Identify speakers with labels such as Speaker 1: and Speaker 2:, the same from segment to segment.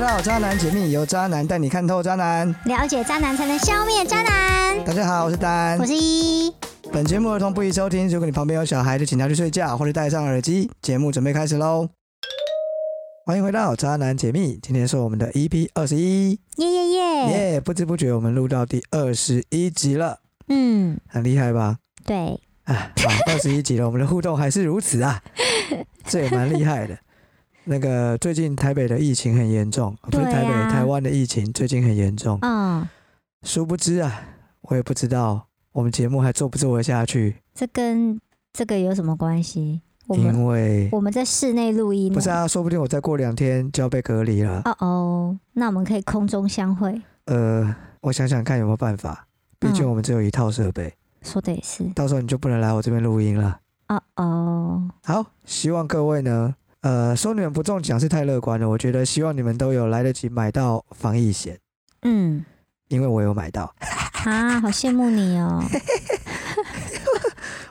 Speaker 1: 到《渣男解密》，由渣男带你看透渣男。
Speaker 2: 了解渣男才能消灭渣男。
Speaker 1: 大家好，我是丹
Speaker 2: 我。是一，
Speaker 1: 本节目儿童不宜收听，如果你旁边有小孩，就请他去睡觉或者戴上耳机。节目准备开始喽！欢迎回到《渣男解密》，今天是我们的 EP 二十一，
Speaker 2: 耶耶耶，
Speaker 1: 耶！不知不觉我们录到第二十一集了，
Speaker 2: 嗯，
Speaker 1: 很厉害吧？
Speaker 2: 对，
Speaker 1: 哎， 二十一集了，我们的互动还是如此啊，这也蛮厉害的。那个最近台北的疫情很严重，不是
Speaker 2: 对
Speaker 1: 台北，
Speaker 2: 啊
Speaker 1: 台湾的疫情最近很严重。
Speaker 2: 嗯，
Speaker 1: 殊不知啊，我也不知道我们节目还做不做得下去，
Speaker 2: 这跟这个有什么关系？我们
Speaker 1: 因为
Speaker 2: 我们在室内录音呢，
Speaker 1: 不是啊，说不定我再过两天就要被隔离了。
Speaker 2: 哦哦，那我们可以空中相会。
Speaker 1: 呃，我想想看有没有办法，毕竟
Speaker 2: 嗯
Speaker 1: 我们只有一套设备，
Speaker 2: 说的也是，
Speaker 1: 到时候你就不能来我这边录音了。
Speaker 2: 哦哦，
Speaker 1: 好，希望各位呢，呃，说你们不中奖是太乐观了，我觉得希望你们都有来得及买到防疫险。
Speaker 2: 嗯，
Speaker 1: 因为我有买到，
Speaker 2: 啊，好羡慕你哦，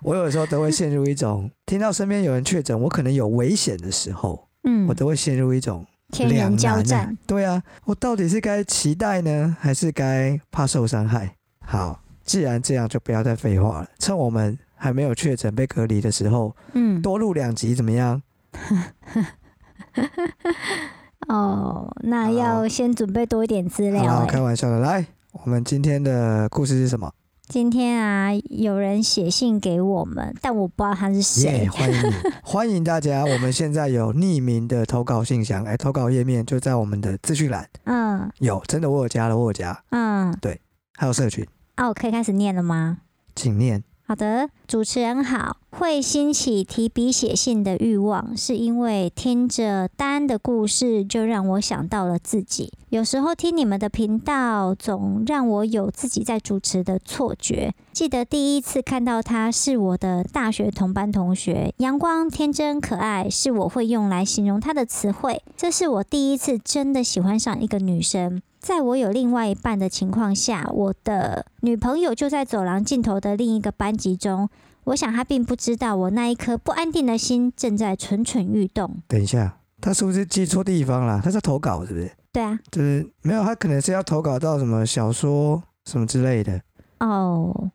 Speaker 1: 我有时候都会陷入一种听到身边有人确诊，我可能有危险的时候，
Speaker 2: 嗯
Speaker 1: 我，都会陷入一种
Speaker 2: 天
Speaker 1: 两
Speaker 2: 人交
Speaker 1: 难、
Speaker 2: 战
Speaker 1: 啊。。对啊，我到底是该期待呢，还是该怕受伤害？好，既然这样，就不要再废话了，趁我们还没有确诊被隔离的时候，
Speaker 2: 嗯，
Speaker 1: 多录两集怎么样？
Speaker 2: 哦，那
Speaker 1: 好
Speaker 2: 要先准备多一点资
Speaker 1: 好
Speaker 2: 料
Speaker 1: 啦，
Speaker 2: 哎、
Speaker 1: 开玩笑的。来，我们今天的故事是什么？
Speaker 2: 今天啊，有人写信给我们，但我不知道他是谁。
Speaker 1: 耶欢迎 你，欢迎大家！我们现在有匿名的投稿信箱，哎、投稿页面就在我们的资讯栏。
Speaker 2: 嗯
Speaker 1: 有，真的我有加了，我有加，
Speaker 2: 嗯，
Speaker 1: 还有社群，
Speaker 2: 啊，我可以开始念了吗？
Speaker 1: 请念。
Speaker 2: 好的，主持人好。会兴起提笔写信的欲望，是因为听着丹的故事，就让我想到了自己。有时候听你们的频道，总让我有自己在主持的错觉。记得第一次看到他是我的大学同班同学，阳光、天真、可爱是我会用来形容他的词汇。这是我第一次真的喜欢上一个女生。在我有另外一半的情况下，我的女朋友就在走廊尽头的另一个班级中。我想她并不知道我那一颗不安定的心正在蠢蠢欲动。
Speaker 1: 等一下，他是不是记错地方了？他是投稿是不是？
Speaker 2: 对啊，
Speaker 1: 就是没有，他可能是要投稿到什么小说什么之类的。
Speaker 2: 哦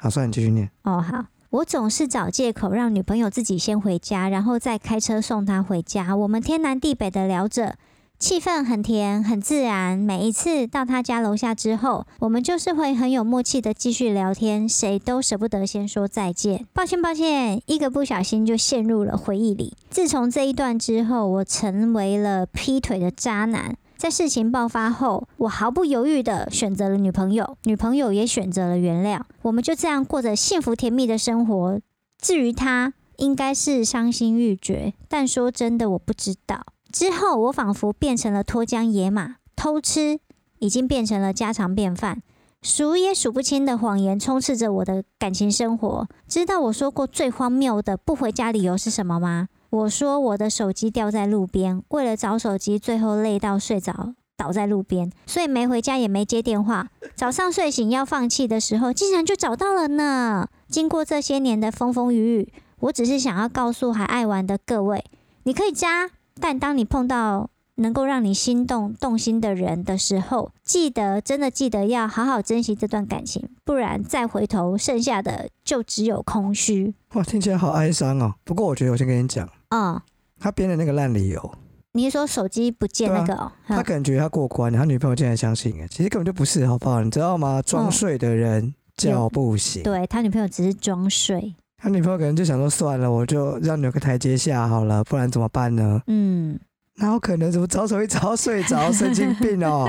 Speaker 1: 好，算了，你继续念。
Speaker 2: 哦，好。我总是找借口让女朋友自己先回家，然后再开车送她回家。我们天南地北的聊着，气氛很甜，很自然。每一次到她家楼下之后，我们就是会很有默契的继续聊天，谁都舍不得先说再见。抱歉，抱歉，一个不小心就陷入了回忆里。自从这一段之后，我成为了劈腿的渣男。在事情爆发后，我毫不犹豫地选择了女朋友，女朋友也选择了原谅，我们就这样过着幸福甜蜜的生活。至于他，应该是伤心欲绝，但说真的，我不知道。之后，我仿佛变成了脱缰野马，偷吃已经变成了家常便饭。数也数不清的谎言充斥着我的感情生活。知道我说过最荒谬的不回家理由是什么吗？我说我的手机掉在路边，为了找手机，最后累到睡着，倒在路边，所以没回家也没接电话。早上睡醒要放弃的时候，竟然就找到了呢。经过这些年的风风雨雨，我只是想要告诉还爱玩的各位，你可以渣，但当你碰到能够让你心动、动心的人的时候，记得真的记得要好好珍惜这段感情，不然再回头，剩下的就只有空虚。
Speaker 1: 哇，听起来好哀伤哦。不过我觉得我先跟你讲，
Speaker 2: 嗯，
Speaker 1: 他编的那个烂理由，
Speaker 2: 你是说手机不见那个、哦？
Speaker 1: 啊他
Speaker 2: 嗯
Speaker 1: 可能觉得他过关，他女朋友竟然相信了，其实根本就不是，好不好？你知道吗？装睡的人叫不醒。
Speaker 2: 嗯对他女朋友只是装睡。
Speaker 1: 他女朋友可能就想说，算了，我就让你有个台阶下好了，不然怎么办呢？
Speaker 2: 嗯，
Speaker 1: 哪有可能？怎么早手一早睡着？神经病 哦！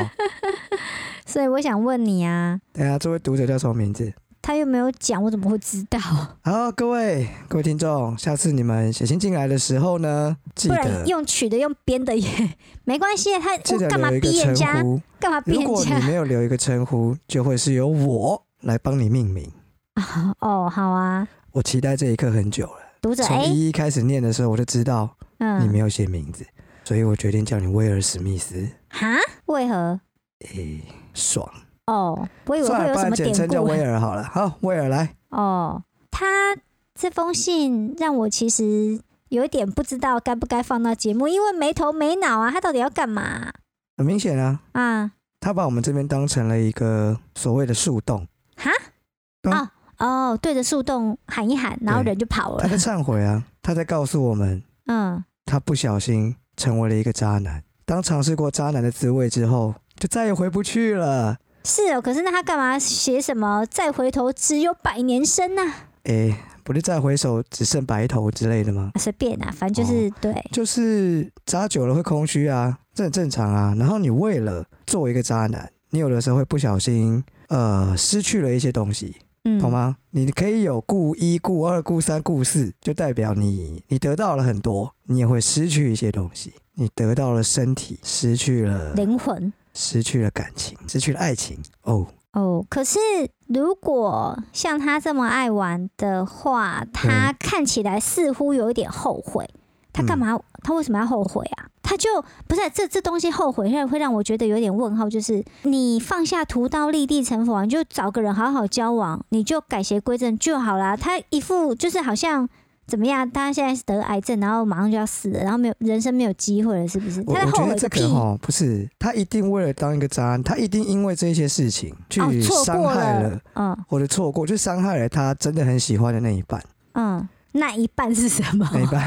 Speaker 2: 所以我想问你啊，
Speaker 1: 等一下，这位读者叫什么名字？
Speaker 2: 他又没有讲，我怎么会知道？
Speaker 1: 好，各位各位听众，下次你们写信进来的时候呢，记
Speaker 2: 不
Speaker 1: 得
Speaker 2: 然用取的用编的也没关系，啊他
Speaker 1: 记
Speaker 2: 我
Speaker 1: 得
Speaker 2: 干嘛
Speaker 1: 留一个
Speaker 2: 逼人家
Speaker 1: 称？呼。
Speaker 2: 干嘛逼
Speaker 1: 如
Speaker 2: 人
Speaker 1: 果你
Speaker 2: 家？
Speaker 1: 没有留一个称呼，就会是由我来帮你命名。
Speaker 2: 哦，好啊，
Speaker 1: 我期待这一刻很久了，
Speaker 2: 读者
Speaker 1: 从
Speaker 2: A，
Speaker 1: 一一开始念的时候，我就知道你没
Speaker 2: 嗯，
Speaker 1: 有写名字，所以我决定叫你威尔史密斯。
Speaker 2: 哈，为何？
Speaker 1: 诶、爽！
Speaker 2: 哦，我以为
Speaker 1: 算
Speaker 2: 会
Speaker 1: 了，
Speaker 2: 有
Speaker 1: 不
Speaker 2: 什
Speaker 1: 然
Speaker 2: 么
Speaker 1: 简
Speaker 2: 典
Speaker 1: 称叫
Speaker 2: 故
Speaker 1: 威尔好了。好，威尔来。
Speaker 2: 哦。他这封信让我其实有一点不知道该不该放到节目，因为没头没脑啊，他到底要干嘛？
Speaker 1: 很明显啊，
Speaker 2: 啊
Speaker 1: 他把我们这边当成了一个所谓的树 洞，
Speaker 2: 哈
Speaker 1: 嗯
Speaker 2: 哦哦，对着树洞喊一喊，然后
Speaker 1: 对
Speaker 2: 人就跑
Speaker 1: 他在
Speaker 2: 了。
Speaker 1: 忏悔啊，他在告诉我们，
Speaker 2: 嗯，
Speaker 1: 他不小心成为了一个渣男。当尝试过渣男的滋味之后，就再也回不去了。
Speaker 2: 是哦。可是那他干嘛写什么“再回头只有百年啊身”呐？
Speaker 1: 诶，哎不是再回首只剩白头之类的吗？
Speaker 2: 啊随便啊，反正
Speaker 1: 哦
Speaker 2: 就是对
Speaker 1: 就是渣久了会空虚啊，这很正常啊。然后你为了作为一个渣男，你有的时候会不小心呃失去了一些东西，
Speaker 2: 嗯，
Speaker 1: 懂？吗？你可以有顾一、顾二、顾三、顾四，就代表你你得到了很多，你也会失去一些东西。你得到了身体，失去了
Speaker 2: 灵魂
Speaker 1: 失去了感情，失去了爱情。哦，
Speaker 2: 哦。可是如果像他这么爱玩的话，
Speaker 1: 嗯
Speaker 2: 他看起来似乎有一点后悔。他干嘛？他为什么要后悔啊？他就不是这这东西后悔，让会让我觉得有点问号。就是你放下屠刀立地成佛啊，你就找个人好好交往，你就改邪归正就好啦。他一副就是好像怎么样，他现在是得癌症，然后马上就要死了，然后没有人生没有机会了，是不是？
Speaker 1: 我
Speaker 2: 他
Speaker 1: 我
Speaker 2: 在后
Speaker 1: 觉
Speaker 2: 悔
Speaker 1: 得这
Speaker 2: 个屁！
Speaker 1: 个哈不是，他一定为了当一个渣男，他一定因为这些事情去
Speaker 2: 哦，错
Speaker 1: 伤
Speaker 2: 过
Speaker 1: 害
Speaker 2: 了，嗯
Speaker 1: 或者错过，就伤害了他真的很喜欢的那一半，
Speaker 2: 嗯，那一半是什么？
Speaker 1: 那一半，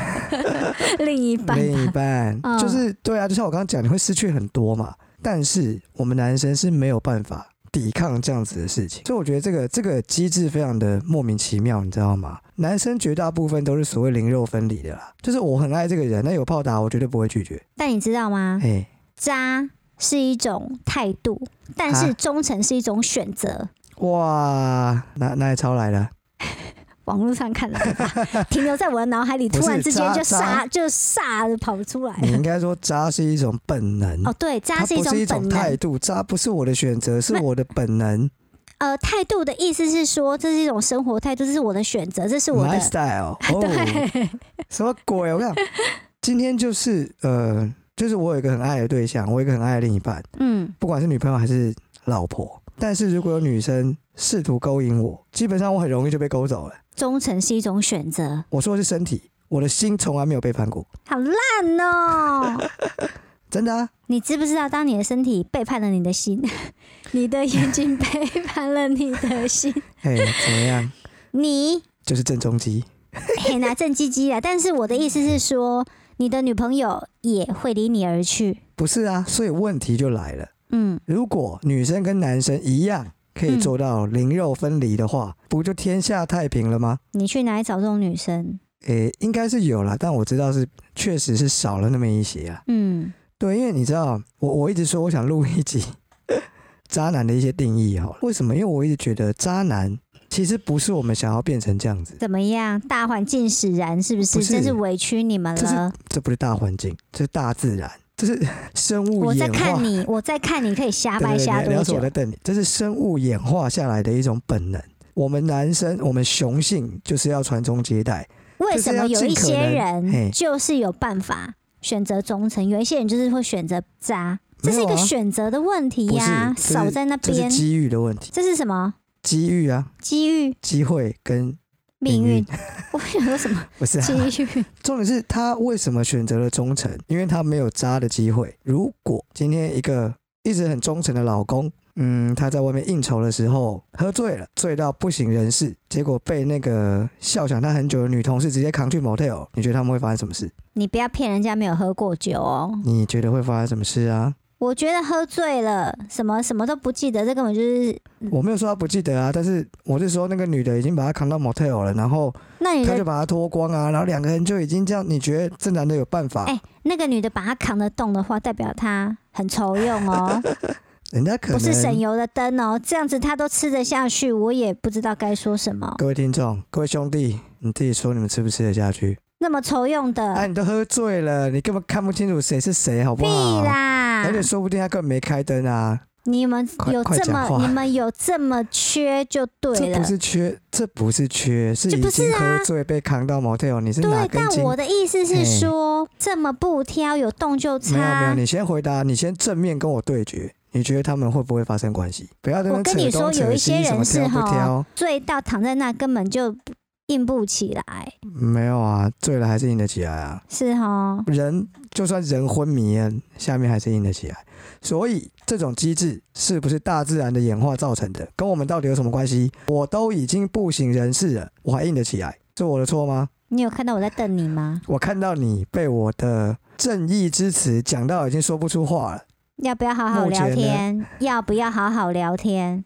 Speaker 2: 另一半吧，
Speaker 1: 另一半，
Speaker 2: 嗯
Speaker 1: 就是对啊，就像我刚刚讲，你会失去很多嘛。但是我们男生是没有办法抵抗这样子的事情，所以我觉得这个这个机制非常的莫名其妙，你知道吗？男生绝大部分都是所谓零肉分离的啦，就是我很爱这个人，那有炮打我绝对不会拒绝，
Speaker 2: 但你知道吗？
Speaker 1: 嘿，
Speaker 2: 渣是一种态度，但
Speaker 1: 啊
Speaker 2: 是忠诚是一种选择。
Speaker 1: 哇，哪哪里抄来的？
Speaker 2: 网络上看来的 吧，停留在我的脑海里，
Speaker 1: 不是
Speaker 2: 突然之间
Speaker 1: 渣
Speaker 2: 就
Speaker 1: 渣
Speaker 2: 傻就傻的跑出来
Speaker 1: 你应
Speaker 2: 了。
Speaker 1: 该说渣是一种本能，
Speaker 2: 哦，对，渣
Speaker 1: 它
Speaker 2: 是一
Speaker 1: 不是一
Speaker 2: 本
Speaker 1: 种态
Speaker 2: 能。
Speaker 1: 度，渣不是我的选择，是
Speaker 2: 没
Speaker 1: 我的本能
Speaker 2: 呃，态度的意思是说，这是一种生活态度，这是我的选择，这是我
Speaker 1: ，my
Speaker 2: 的。
Speaker 1: style，哦，
Speaker 2: 对，
Speaker 1: 什么鬼？我跟你讲，今天就是呃，就是我有一个很爱的对象，我有一个很爱的另一半，
Speaker 2: 嗯，
Speaker 1: 不管是女朋友还是老婆，但是如果有女生试图勾引我，基本上我很容易就被勾走了。
Speaker 2: 忠诚是一种选择，
Speaker 1: 我说的是身体，我的心从来没有被翻过，
Speaker 2: 好烂哦、
Speaker 1: 真的啊。
Speaker 2: 你知不知道，当你的身体背叛了你的心， 你的眼睛背叛了你的心，
Speaker 1: 嘿，怎么样？
Speaker 2: 你
Speaker 1: 就是郑中基，
Speaker 2: 很拿正唧唧啊。但是我的意思是说，你的女朋友也会离你而去。
Speaker 1: 不是啊？所以问题就来了。
Speaker 2: 嗯，
Speaker 1: 如果女生跟男生一样可以做到零肉分离的话，
Speaker 2: 嗯
Speaker 1: 不就天下太平了吗？
Speaker 2: 你去哪里找这种女生？
Speaker 1: 诶、应该是有啦，但我知道是确实是少了那么一些啊。
Speaker 2: 嗯
Speaker 1: 对，因为你知道，我我一直说我想录一集 渣男的一些定义好了，为什么？因为我一直觉得渣男其实不是我们想要变成这样子，
Speaker 2: 怎么样？大环境使然，是不是？
Speaker 1: 不是
Speaker 2: 真是委屈你们
Speaker 1: 这是
Speaker 2: 了。
Speaker 1: 这不是大环境，这是大自然，这是生物
Speaker 2: 我在
Speaker 1: 演化
Speaker 2: 看。你，我在看你可以瞎
Speaker 1: 对
Speaker 2: 掰
Speaker 1: 对对，
Speaker 2: 瞎
Speaker 1: 你要
Speaker 2: 多
Speaker 1: 是我
Speaker 2: 久？
Speaker 1: 在瞪你，这是生物演化下来的一种本能。我们男生，我们雄性就是要传宗接代，就
Speaker 2: 为
Speaker 1: 是
Speaker 2: 什
Speaker 1: 要
Speaker 2: 么有
Speaker 1: 尽
Speaker 2: 一
Speaker 1: 可
Speaker 2: 些
Speaker 1: 能嘿
Speaker 2: 人就是有办法选择忠诚，有一些人就是会选择渣，这是一
Speaker 1: 没
Speaker 2: 个
Speaker 1: 有啊
Speaker 2: 选择的问题
Speaker 1: 不
Speaker 2: 呀、
Speaker 1: 是这是
Speaker 2: 少在那
Speaker 1: 这是
Speaker 2: 边，
Speaker 1: 机遇的问题，
Speaker 2: 这是什么
Speaker 1: 机遇啊，
Speaker 2: 机遇、
Speaker 1: 机会跟
Speaker 2: 命
Speaker 1: 命运
Speaker 2: 运？ 我想说什么
Speaker 1: 不是、啊、
Speaker 2: 机遇？
Speaker 1: 重点是他为什么选择了忠诚？因为他没有渣的机会。如果今天一个一直很忠诚的老公，嗯，他在外面应酬的时候喝醉了，醉到不省人事，结果被那个笑想他很久的女同事直接扛去 motel，你觉得他们会发生什么事？
Speaker 2: 你不要骗人家没有喝过酒哦。
Speaker 1: 你觉得会发生什么事啊？
Speaker 2: 我觉得喝醉了，什么什么都不记得，这根本就是……
Speaker 1: 我没有说他不记得啊，但是我是说那个女的已经把他扛到 motel 了，然后
Speaker 2: 那你
Speaker 1: 他就
Speaker 2: 的
Speaker 1: 把他脱光啊，然后两个人就已经这样，你觉得这男的有办法？
Speaker 2: 哎那个女的把他扛得动的话，代表她很愁用 哦，
Speaker 1: 人家可能
Speaker 2: 不是省油的灯哦。这样子她都吃得下去，我也不知道该说什么。
Speaker 1: 各位听众，各位兄弟，你自己说你们吃不吃得下去？
Speaker 2: 那么愁用的，
Speaker 1: 哎、你都喝醉了，你根本看不清楚谁是谁，好不
Speaker 2: 屁
Speaker 1: 好？
Speaker 2: 啦
Speaker 1: 而！且说不定他根本没开灯啊，
Speaker 2: 你们
Speaker 1: 快
Speaker 2: 有
Speaker 1: 快
Speaker 2: 这
Speaker 1: 讲
Speaker 2: 么
Speaker 1: 话
Speaker 2: 你们有这么缺就对
Speaker 1: 这不
Speaker 2: 了。
Speaker 1: 是缺，这不是缺，是
Speaker 2: 这
Speaker 1: 已
Speaker 2: 不是
Speaker 1: 经
Speaker 2: 啊
Speaker 1: 喝醉被扛到 motel，你是哪
Speaker 2: 对，
Speaker 1: 根
Speaker 2: 但
Speaker 1: 筋？
Speaker 2: 我的意思
Speaker 1: 嘿
Speaker 2: 是说，这么不挑，有动就
Speaker 1: 没有没有，
Speaker 2: 擦。
Speaker 1: 你先回答，你先正面跟我对决，你觉得他们会不会发生关系？不要在那
Speaker 2: 我跟
Speaker 1: 边
Speaker 2: 你
Speaker 1: 扯东
Speaker 2: 说有
Speaker 1: 扯
Speaker 2: 一些
Speaker 1: 西，什么
Speaker 2: 人是
Speaker 1: 挑不
Speaker 2: 哈
Speaker 1: 挑？
Speaker 2: 醉到躺在那根本就硬不起来，
Speaker 1: 没有啊，醉了还是硬得起来啊。
Speaker 2: 是哦，
Speaker 1: 人就算人昏迷了，下面还是硬得起来。所以这种机制是不是大自然的演化造成的，跟我们到底有什么关系？我都已经不省人事了，我还硬得起来，是我的错吗？
Speaker 2: 你有看到我在瞪你吗？
Speaker 1: 我看到你被我的正义之词讲到已经说不出话了。
Speaker 2: 要不要好好
Speaker 1: 目前
Speaker 2: 聊
Speaker 1: 呢
Speaker 2: 天？要不要好好聊天？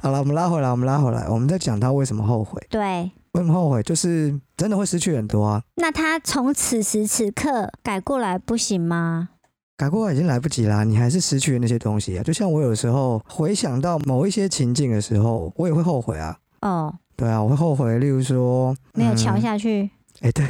Speaker 1: 好了，我们拉回来，我们拉回来，我们再讲他为什么后悔。
Speaker 2: 对，
Speaker 1: 为什么后悔？就是真的会失去很多啊，
Speaker 2: 那他从此时此刻改过来不行吗？
Speaker 1: 改过来已经来不及啦，你还是失去了那些东西啊。就像我有时候回想到某一些情境的时候，我也会后悔啊。
Speaker 2: 哦，
Speaker 1: 对啊，我会后悔，例如说
Speaker 2: 没有
Speaker 1: 嗯
Speaker 2: 瞧下去，
Speaker 1: 哎、对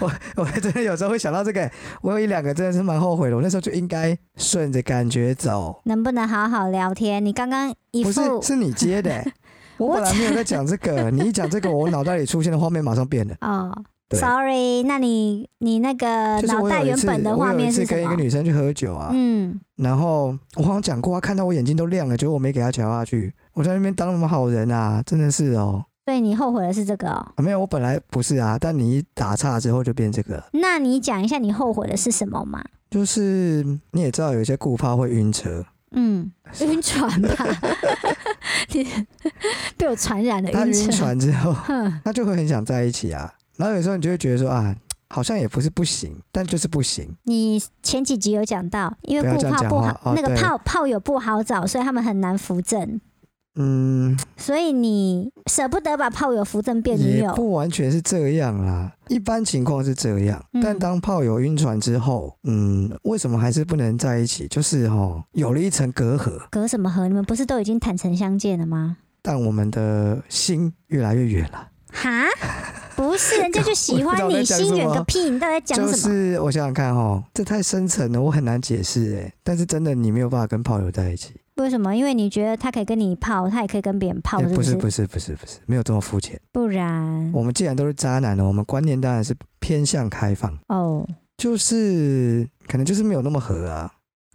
Speaker 1: 我， 我真的有时候会想到这个，我有一两个真的是蛮后悔的，我那时候就应该顺着感觉走，
Speaker 2: 能不能好好聊天？你刚刚一
Speaker 1: 不是
Speaker 2: 副
Speaker 1: 是你接的欸、 我本来没有在讲这个，你一讲这个，我脑袋里出现的画面马上变了。
Speaker 2: 哦
Speaker 1: 对
Speaker 2: ，sorry，那你你那个
Speaker 1: 就是
Speaker 2: 脑
Speaker 1: 我
Speaker 2: 袋
Speaker 1: 有一
Speaker 2: 原
Speaker 1: 次，
Speaker 2: 本的
Speaker 1: 我
Speaker 2: 画
Speaker 1: 有一
Speaker 2: 面
Speaker 1: 次
Speaker 2: 是
Speaker 1: 跟
Speaker 2: 什
Speaker 1: 一个
Speaker 2: 么？
Speaker 1: 女生去喝酒啊，
Speaker 2: 嗯，
Speaker 1: 然后我好像讲过，她看到我眼睛都亮了，结果我没给她瞧下去，我在那边当什么好人啊，真的是哦、
Speaker 2: 所以你后悔的是这个哦。
Speaker 1: 啊没有，我本来不是啊，但你一打岔之后就变这个了，
Speaker 2: 那你讲一下你后悔的是什么嘛？
Speaker 1: 就是你也知道有一些顾怕会晕车，
Speaker 2: 嗯，晕船吧， 你被我传染了
Speaker 1: 他
Speaker 2: 哎晕
Speaker 1: 晕
Speaker 2: 船。
Speaker 1: 船之后。
Speaker 2: 哼，
Speaker 1: 他就会很想在一起啊。然后有时候你就会觉得说啊，好像也不是不行，但就是不行。
Speaker 2: 你前几集有讲到，因
Speaker 1: 不
Speaker 2: 为
Speaker 1: 要
Speaker 2: 顾
Speaker 1: 这样
Speaker 2: 炮
Speaker 1: 讲
Speaker 2: 不
Speaker 1: 话
Speaker 2: 好，
Speaker 1: 哦
Speaker 2: 那个
Speaker 1: 对
Speaker 2: 炮炮友不好找，所以他们很难扶正。
Speaker 1: 嗯，
Speaker 2: 所以你舍不得把炮友扶正变女
Speaker 1: 也
Speaker 2: 友，
Speaker 1: 不完全是这样啦。一般情况是这样，
Speaker 2: 嗯
Speaker 1: 但当炮友晕船之后，嗯，为什么还是不能在一起？就是哦，有了一层隔阂，
Speaker 2: 隔什么河？你们不是都已经坦诚相见了吗？
Speaker 1: 但我们的心越来越远了。
Speaker 2: 哈，不是，人家就喜欢
Speaker 1: 我
Speaker 2: 你，
Speaker 1: 不知道在讲什么
Speaker 2: 心远个屁！你到底在讲
Speaker 1: 就
Speaker 2: 什么？
Speaker 1: 是我想想看哦，这太深层了，我很难解释诶、但是真的，你没有办法跟炮友在一起。
Speaker 2: 为什么？因为你觉得他可以跟你泡，他也可以跟别人泡，
Speaker 1: 诶
Speaker 2: 是
Speaker 1: 不
Speaker 2: 是？
Speaker 1: 欸
Speaker 2: 嗯
Speaker 1: 不是不是不是，没有这么肤浅。
Speaker 2: 不然
Speaker 1: 我们既然都是渣男了，我们观念当然是偏向开放。
Speaker 2: 哦，
Speaker 1: 就是可能就是没有那么合啊，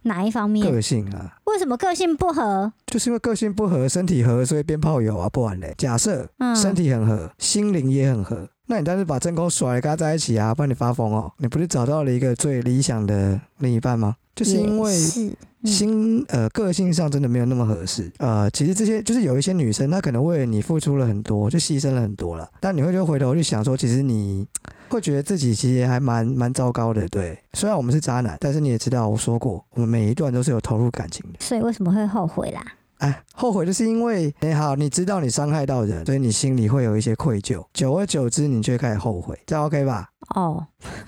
Speaker 2: 哪一方面？
Speaker 1: 个性啊，
Speaker 2: 为什么个性不合？
Speaker 1: 就是因为个性不合，身体合，所以变炮友啊，不然嘞。假设
Speaker 2: 嗯，
Speaker 1: 身体很合，心灵也很合，那你但是把真空甩了跟他在一起啊，不然你发疯哦。你不是找到了一个最理想的另一半吗？就是因为
Speaker 2: 也是嗯
Speaker 1: 心呃个性上真的没有那么合适，呃，其实这些就是有一些女生，她可能为了你付出了很多，就牺牲了很多了，但你会就回头去想说，其实你会觉得自己其实还蛮蛮糟糕的，对。虽然我们是渣男，但是你也知道，我说过，我们每一段都是有投入感情的。
Speaker 2: 所以为什么会后悔啦？
Speaker 1: 哎，后悔就是因为哎、好，你知道你伤害到人，所以你心里会有一些愧疚，久而久之，你就会开始后悔，这样 OK 吧？
Speaker 2: 哦，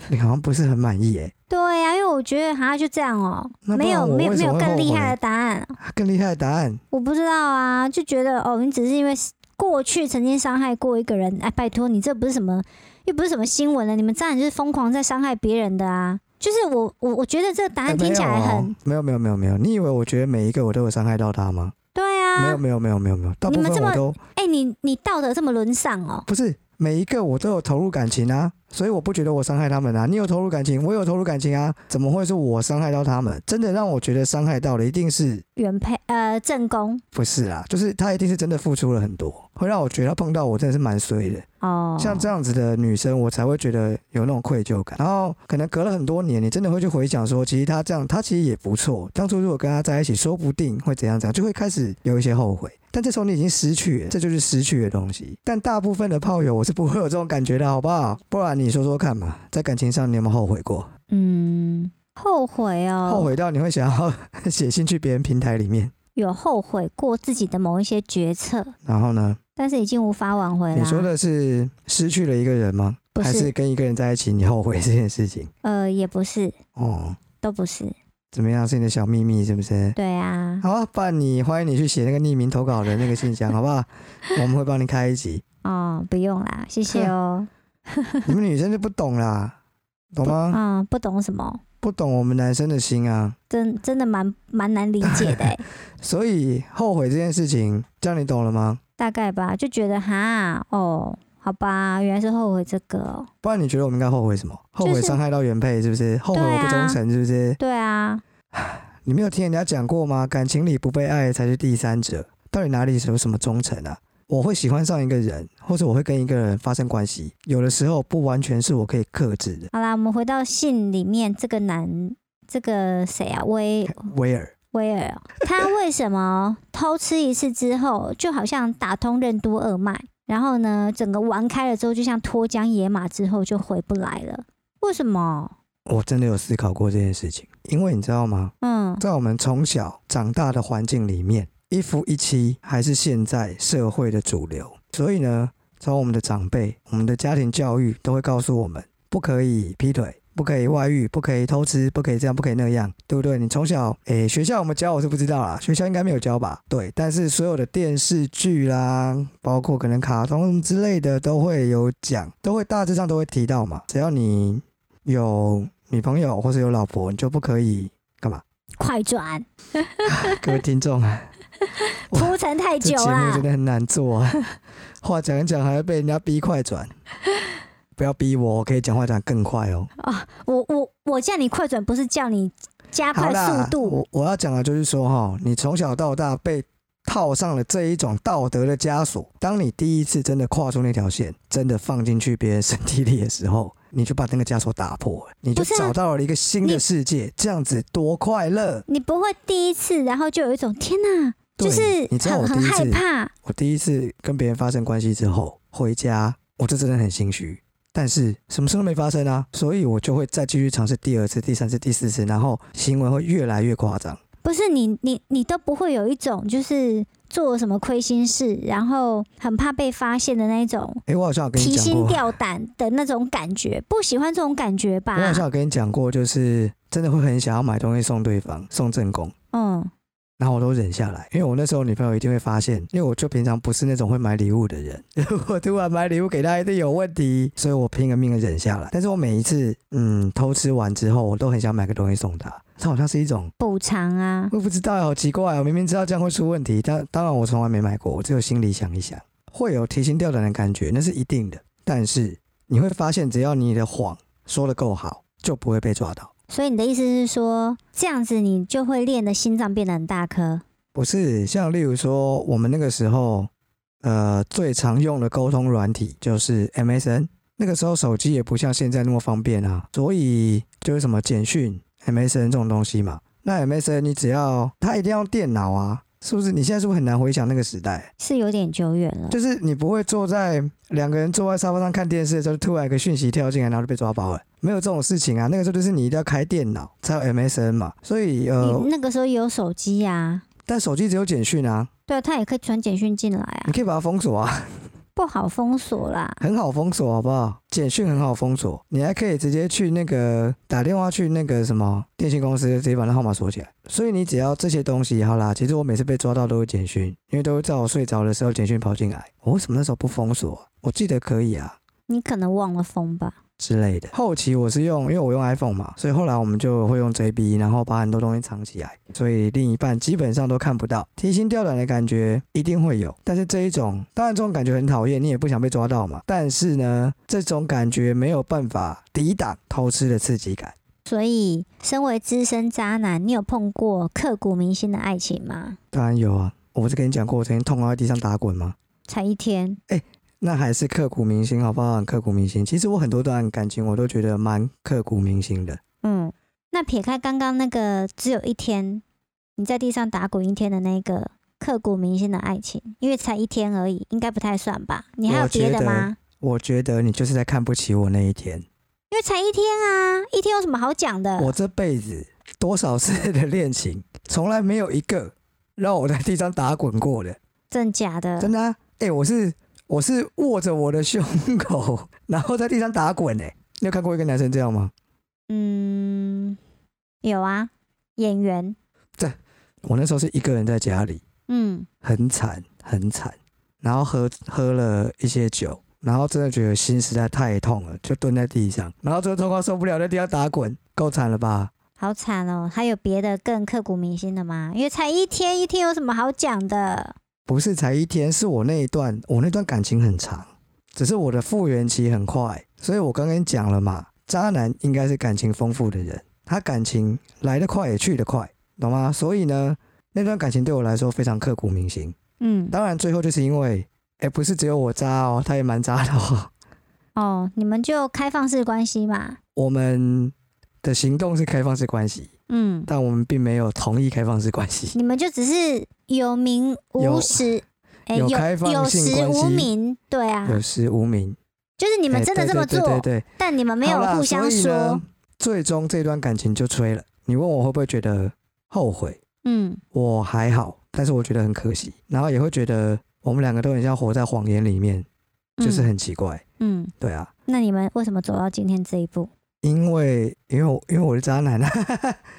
Speaker 1: 你好像不是很满意哎、
Speaker 2: 对啊呀、因为我觉得哈就这样哦，
Speaker 1: 那不
Speaker 2: 没
Speaker 1: 然
Speaker 2: 有
Speaker 1: 我
Speaker 2: 没有
Speaker 1: 为
Speaker 2: 没
Speaker 1: 什
Speaker 2: 有
Speaker 1: 么会
Speaker 2: 更
Speaker 1: 后
Speaker 2: 厉
Speaker 1: 悔
Speaker 2: 害的答案，
Speaker 1: 更厉害的答案，
Speaker 2: 我不知道啊，就觉得哦，你只是因为过去曾经伤害过一个人，哎，拜托你这不是什么，又不是什么新闻了，你们这样就是疯狂在伤害别人的啊！就是我我我觉得这个答
Speaker 1: 哎
Speaker 2: 案啊听起来很、
Speaker 1: 没有、哦、没有没有没有没有，你以为我觉得每一个我都有伤害到他吗？
Speaker 2: 对
Speaker 1: 没有
Speaker 2: 啊，
Speaker 1: 没有没有没有没有，大部
Speaker 2: 你
Speaker 1: 分
Speaker 2: 们这么
Speaker 1: 我都
Speaker 2: 哎、你你道德这么沦丧哦，
Speaker 1: 不是每一个我都有投入感情啊，所以我不觉得我伤害他们啊。你有投入感情，我有投入感情啊，怎么会是我伤害到他们？真的让我觉得伤害到的一定是
Speaker 2: 原配呃正宫
Speaker 1: 不是啦？就是他一定是真的付出了很多，会让我觉得他碰到我真的是蛮衰的。
Speaker 2: 哦，
Speaker 1: 像这样子的女生，我才会觉得有那种愧疚感。然后可能隔了很多年，你真的会去回想说，其实她这样，她其实也不错。当初如果跟她在一起，说不定会怎样怎样，就会开始有一些后悔。但这时候你已经失去了，这就是失去的东西。但大部分的炮友，我是不会有这种感觉的，好不好？不然你说说看嘛，在感情上你有没有后悔过？
Speaker 2: 嗯后悔哦，
Speaker 1: 后悔到你会想要 写信去别人平台里面，
Speaker 2: 有后悔过自己的某一些决策，
Speaker 1: 然后呢？
Speaker 2: 但是已经无法挽回了。
Speaker 1: 你说的是失去了一个人吗？
Speaker 2: 哎不是
Speaker 1: 还是跟一个人在一起你后悔这件事情？
Speaker 2: 呃也不是，
Speaker 1: 哦。
Speaker 2: 都不是，
Speaker 1: 怎么样？是你的小秘密是不是？
Speaker 2: 对啊，
Speaker 1: 好啊，不然你欢迎你去写那个匿名投稿的那个信 箱，好不好？我们会帮你开一集。
Speaker 2: 哦不用啦，谢谢 哦。
Speaker 1: 你们女生就不懂啦，懂吗？
Speaker 2: 啊、不懂什么，
Speaker 1: 不懂我们男生的心啊，
Speaker 2: 真真的蛮蛮难理解的欸，
Speaker 1: 所以后悔这件事情，这样你懂了吗？
Speaker 2: 大概吧，就觉得哈哦，好吧，原来是后悔这个、哦，
Speaker 1: 不然你觉得我们应该后悔什么？后
Speaker 2: 就
Speaker 1: 悔
Speaker 2: 是
Speaker 1: 伤害到原配是不是？后悔我不忠诚是不是？
Speaker 2: 对啊，
Speaker 1: 你没有听人家讲过吗？感情里不被爱才是第三者，到底哪里有什么忠诚啊？我会喜欢上一个人，或者我会跟一个人发生关系，有的时候不完全是我可以克制的。
Speaker 2: 好啦，我们回到信里面，这个男，这个谁啊？威
Speaker 1: 威尔，
Speaker 2: 威尔哦，他为什么偷吃一次之后，就好像打通任督二脉，然后呢，整个玩开了之后，就像脱缰野马之后就回不来了？为什么？
Speaker 1: 我真的有思考过这件事情，因为你知道吗？
Speaker 2: 嗯，
Speaker 1: 在我们从小长大的环境里面，一夫一妻还是现在社会的主流。所以呢，从我们的长辈、我们的家庭教育都会告诉我们，不可以劈腿，不可以外遇，不可以偷吃，不可以这样，不可以那样，对不对？你从小，诶、学校有没有教我是不知道啦，学校应该没有教吧？对，但是所有的电视剧啦，包括可能卡通之类的，都会有讲，都会大致上都会提到嘛。只要你有女朋友或是有老婆，你就不可以干嘛？
Speaker 2: 快转，
Speaker 1: 各位听众啊，哇
Speaker 2: 铺陈太
Speaker 1: 这
Speaker 2: 久
Speaker 1: 节目
Speaker 2: 啦
Speaker 1: 真。的很难做 啊！话讲一讲，还会被人家逼快转。 不要逼我，我可以讲话讲更快哦。
Speaker 2: 啊、我我我叫你快转，不是叫你加
Speaker 1: 好
Speaker 2: 快
Speaker 1: 啦
Speaker 2: 速，度。
Speaker 1: 我我要讲的就是说哈，你从小到大被套上了这一种道德的枷锁。当你第一次真的跨出那条线，真的放进去别人身体里的时候，你就把那个枷锁打破了，你就
Speaker 2: 不是啊
Speaker 1: 找到了一个新的
Speaker 2: 你
Speaker 1: 世界，这样子多快乐！
Speaker 2: 你不会第一次，然后就有一种天哪，
Speaker 1: 对
Speaker 2: 就是
Speaker 1: 你知道我
Speaker 2: 很
Speaker 1: 第
Speaker 2: 很
Speaker 1: 一
Speaker 2: 害
Speaker 1: 次
Speaker 2: 怕。
Speaker 1: 我第一次跟别人发生关系之后回家，我就真的很心虚。但是什么事都没发生啊，所以我就会再继续尝试第二次、第三次、第四次，然后行为会越来越夸张。
Speaker 2: 不是你你你都不会有一种就是做了什么亏心事，然后很怕被发现的那一种
Speaker 1: 诶，我好像有跟你
Speaker 2: 提
Speaker 1: 讲
Speaker 2: 心
Speaker 1: 过，
Speaker 2: 吊胆的那种感觉，不喜欢这种感觉吧
Speaker 1: 我？好像有跟你讲过，就是真的会很想要买东西送对方，送正宫，
Speaker 2: 嗯，
Speaker 1: 然后我都忍下来，因为我那时候女朋友一定会发现，因为我就平常不是那种会买礼物的人， 如果突然买礼物给她一定有问题，所以我拼了命的忍下来。但是我每一次嗯偷吃完之后，我都很想买个东西送她，她好像是一种
Speaker 2: 补偿啊，
Speaker 1: 我不知道，好奇怪、哦，明明知道这样会出问题，但当然我从来没买过，我只有心里想一想，会有提心吊胆的感觉，那是一定的。但是你会发现，只要你的谎说的够好，就不会被抓到。
Speaker 2: 所以你的意思是说，这样子你就会练的心脏变得很大颗，
Speaker 1: 不是像例如说，我们那个时候，呃，最常用的沟通软体就是 MSN。那个时候手机也不像现在那么方便啊，所以就是什么简讯、MSN 这种东西嘛。那 MSN 你只要它一定要用电脑啊，是不是？你现在是不是很难回想那个时代？
Speaker 2: 是有点久远了。
Speaker 1: 就是你不会坐在两个人坐在沙发上看电视的时候，突然一个讯息跳进来，然后就被抓包了。没有这种事情啊，那个时候就是你一定要开电脑才有 MSN 嘛，所以呃
Speaker 2: 你，那个时候也有手机呀、啊，
Speaker 1: 但手机只有简讯啊，
Speaker 2: 对啊，他也可以传简讯进来啊
Speaker 1: 你，可以把它封锁啊，
Speaker 2: 不好封锁啦。
Speaker 1: 很好封锁，好不好？简讯很好封锁，你还可以直接去那个打电话去那个什么电信公司，直接把那号码锁起来。所以你只要这些东西，好啦，其实我每次被抓到都会简讯，因为都会在我睡着的时候简讯跑进来。我为什么那时候不封锁啊、我记得可以啊。
Speaker 2: 你可能忘了封吧？
Speaker 1: 之类的。后期我是用，因为我用 iPhone 嘛，所以后来我们就会用 JB，然后把很多东西藏起来，所以另一半基本上都看不到。提心吊胆的感觉一定会有，但是这一种，当然这种感觉很讨厌，你也不想被抓到嘛。但是呢，这种感觉没有办法抵挡偷吃的刺激感。
Speaker 2: 所以，身为资深渣男，你有碰过刻骨铭心的爱情吗？
Speaker 1: 当然有啊，我不是跟你讲过我曾经痛到在地上打滚吗？
Speaker 2: 才一天，
Speaker 1: 那还是刻骨铭心，好不好？很刻骨铭心。其实我很多段感情我都觉得蛮刻骨铭心的。
Speaker 2: 嗯，那撇开刚刚那个只有一天，你在地上打滚一天的那个刻骨铭心的爱情，因为才一天而已，应该不太算吧？你还有
Speaker 1: 我觉
Speaker 2: 别的
Speaker 1: 得
Speaker 2: 吗？
Speaker 1: 我觉得你就是在看不起我那一天。
Speaker 2: 因为才一天啊，一天有什么好讲的？
Speaker 1: 我这辈子多少次的恋情，从来没有一个让我在地上打滚过的，
Speaker 2: 真假的？
Speaker 1: 真的、啊。哎、我是我是握着我的胸口， 然后在地上打滚哎、你有看过一个男生这样吗？
Speaker 2: 嗯，有啊，演员，
Speaker 1: 我那时候是一个人在家里，
Speaker 2: 嗯，
Speaker 1: 很惨很惨，然后喝喝了一些酒，然后真的觉得心实在太痛了，就蹲在地上，然后最后痛到受不了，在地上打滚，够惨了吧？
Speaker 2: 好惨哦。还有别的更刻骨铭心的吗？因为才一天，一天有什么好讲的？
Speaker 1: 不是才一天，是我那一段，我那段感情很长，只是我的复原期很快，所以我刚刚讲了嘛，渣男应该是感情丰富的人，他感情来得快也去得快，懂吗？所以呢，那段感情对我来说非常刻骨铭心。
Speaker 2: 嗯，
Speaker 1: 当然，最后就是因为，哎、哎，不是只有我渣哦，他也蛮渣的哦。
Speaker 2: 哦，你们就开放式关系嘛。
Speaker 1: 我们的行动是开放式关系，
Speaker 2: 嗯，
Speaker 1: 但我们并没有同意开放式关系。
Speaker 2: 你们就只是有名无
Speaker 1: 有
Speaker 2: 实，哎，
Speaker 1: 有
Speaker 2: 有
Speaker 1: 开放
Speaker 2: 有
Speaker 1: 性
Speaker 2: 实
Speaker 1: 关
Speaker 2: 无
Speaker 1: 系
Speaker 2: 名，对啊，
Speaker 1: 有失无名，
Speaker 2: 就是
Speaker 1: 你
Speaker 2: 你们真的这么做，
Speaker 1: 对对对对
Speaker 2: 但你们没有
Speaker 1: 好啦
Speaker 2: 互相
Speaker 1: 所以呢
Speaker 2: 说。
Speaker 1: 最终这段感情就吹了。你问我会不会觉得后悔？
Speaker 2: 嗯，
Speaker 1: 我还好，但是我觉得很可惜，然后也会觉得我们两个都很像活在谎言里面，就是很奇怪。
Speaker 2: 嗯嗯。
Speaker 1: 对啊，
Speaker 2: 那你们为什么走到今天这一步？
Speaker 1: 因为因为我因为我是渣男 啊，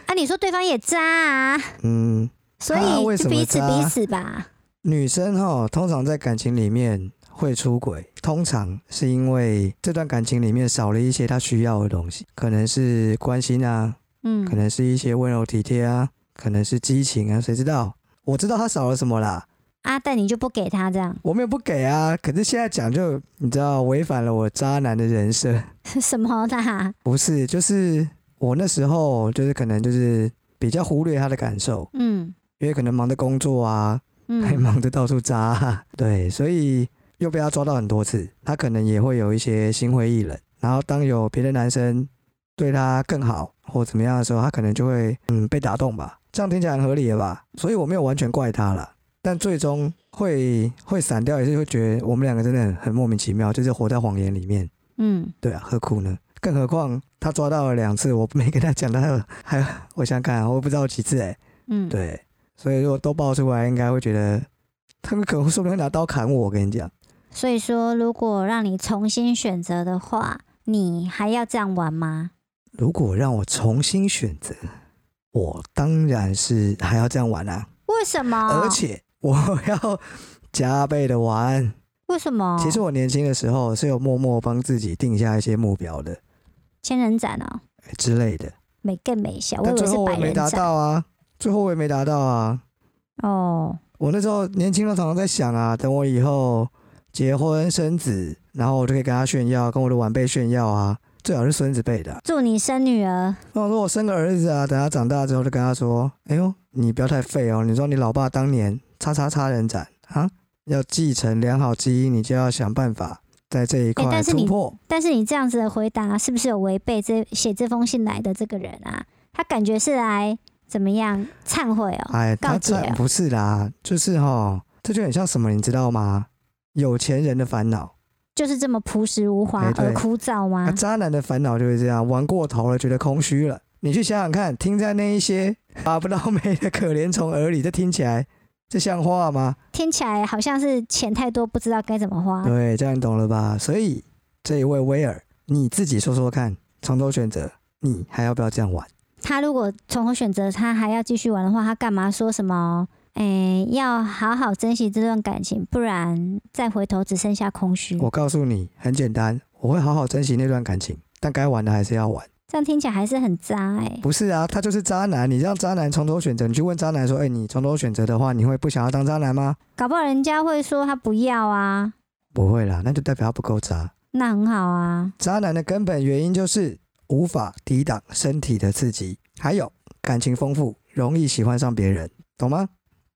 Speaker 2: 啊，你说对方也渣啊，
Speaker 1: 嗯，
Speaker 2: 所
Speaker 1: 啊为
Speaker 2: 以
Speaker 1: 什
Speaker 2: 就
Speaker 1: 么
Speaker 2: 彼此
Speaker 1: 渣
Speaker 2: 彼此吧。
Speaker 1: 女生哈通常在感情里面会出轨，通常是因为这段感情里面少了一些她需要的东西，可能是关心啊，
Speaker 2: 嗯
Speaker 1: 可能是一些温柔体贴啊，可能是激情啊，谁知道？我知道她少了什么啦，
Speaker 2: 啊，但你就不给他这样，
Speaker 1: 我没有不给啊，可是现在讲就你知道违反了我渣男的人设，
Speaker 2: 什么的、啊？
Speaker 1: 不是？就是我那时候就是可能就是比较忽略他的感受，
Speaker 2: 嗯
Speaker 1: 因为可能忙着工作啊，还
Speaker 2: 嗯
Speaker 1: 忙着到处渣、啊， 对，所以又被他抓到很多次，他可能也会有一些心灰意冷。然后当有别的男生对他更好或怎么样的时候，他可能就会嗯被打动吧，这样听起来很合理了吧？所以我没有完全怪他了，但最终会会散掉，也是会觉得我们两个真的很很莫名其妙，就是活在谎言里面。
Speaker 2: 嗯，
Speaker 1: 对啊，何苦呢？更何况他抓到了两次，我没跟他讲，他有还我想想看啊，我不知道几次哎、
Speaker 2: 嗯，
Speaker 1: 对，所以如果都爆出来，应该会觉得他们可能说不定会拿刀砍我。我跟你讲，
Speaker 2: 所以说，如果让你重新选择的话，你还要这样玩吗？
Speaker 1: 如果让我重新选择，我当然是还要这样玩啊，
Speaker 2: 为什么？
Speaker 1: 而且我要加倍的玩。
Speaker 2: 为什么？
Speaker 1: 其实我年轻的时候是有默默帮自己定下一些目标的
Speaker 2: 千人斩哦，
Speaker 1: 哎之类的，
Speaker 2: 美更美小，啊我以
Speaker 1: 但
Speaker 2: 为
Speaker 1: 最
Speaker 2: 是
Speaker 1: 后我
Speaker 2: 百
Speaker 1: 没
Speaker 2: 人
Speaker 1: 达
Speaker 2: 斩
Speaker 1: 到啊，最后我也没达到啊。
Speaker 2: 哦。
Speaker 1: 我那时候年轻的时候常常在想啊，等我以后结婚生子，然后我就可以跟他炫耀，跟我的晚辈炫耀啊，最好是孙子辈的啊、
Speaker 2: 祝你生女儿，
Speaker 1: 那我说我生个儿子啊，等他长大之后就跟他说，哎呦，你不要太废哦，你说你老爸当年叉叉叉人斩啊，要继承良好基因，你就要想办法在这一
Speaker 2: 哎
Speaker 1: 块
Speaker 2: 但是
Speaker 1: 突
Speaker 2: 你
Speaker 1: 破。
Speaker 2: 但是你这样子的回答是不是有违背这写这封信来的这个人啊？他感觉是来怎么样忏悔哦？
Speaker 1: 哎，
Speaker 2: 告
Speaker 1: 他
Speaker 2: 诫
Speaker 1: 这
Speaker 2: 啊
Speaker 1: 不是啦，就是哈，这就很像什么，你知道吗？有钱人的烦恼，
Speaker 2: 就是这么朴实无华
Speaker 1: 哎对
Speaker 2: 而枯燥
Speaker 1: 那、
Speaker 2: 吗？
Speaker 1: 渣男的烦恼就是这样，玩过头了，觉得空虚了。你去想想看，听在那一些 拔不到妹的可怜虫耳里，这听起来这像话吗？
Speaker 2: 听起来好像是钱太多，不知道该怎么花。
Speaker 1: 对，这样你懂了吧？所以这一位威尔，你自己说说看，常州选择，你还要不要这样玩？
Speaker 2: 他如果从头选择，他还要继续玩的话，他干嘛说什么？诶、要好好珍惜这段感情，不然再回头只剩下空虚。
Speaker 1: 我告诉你，很简单，我会好好珍惜那段感情，但该玩的还是要玩。
Speaker 2: 这样听起来还是很渣欸诶、
Speaker 1: 不是啊，他就是渣男，你让渣男从头选择，你去问渣男说，哎、你从头选择的话，你会不想要当渣男吗？
Speaker 2: 搞不好人家会说他不要啊，
Speaker 1: 不会啦，那就代表他不够渣。
Speaker 2: 那很好啊。
Speaker 1: 渣男的根本原因就是无法抵挡身体的刺激，还有感情丰富，容易喜欢上别人，懂吗？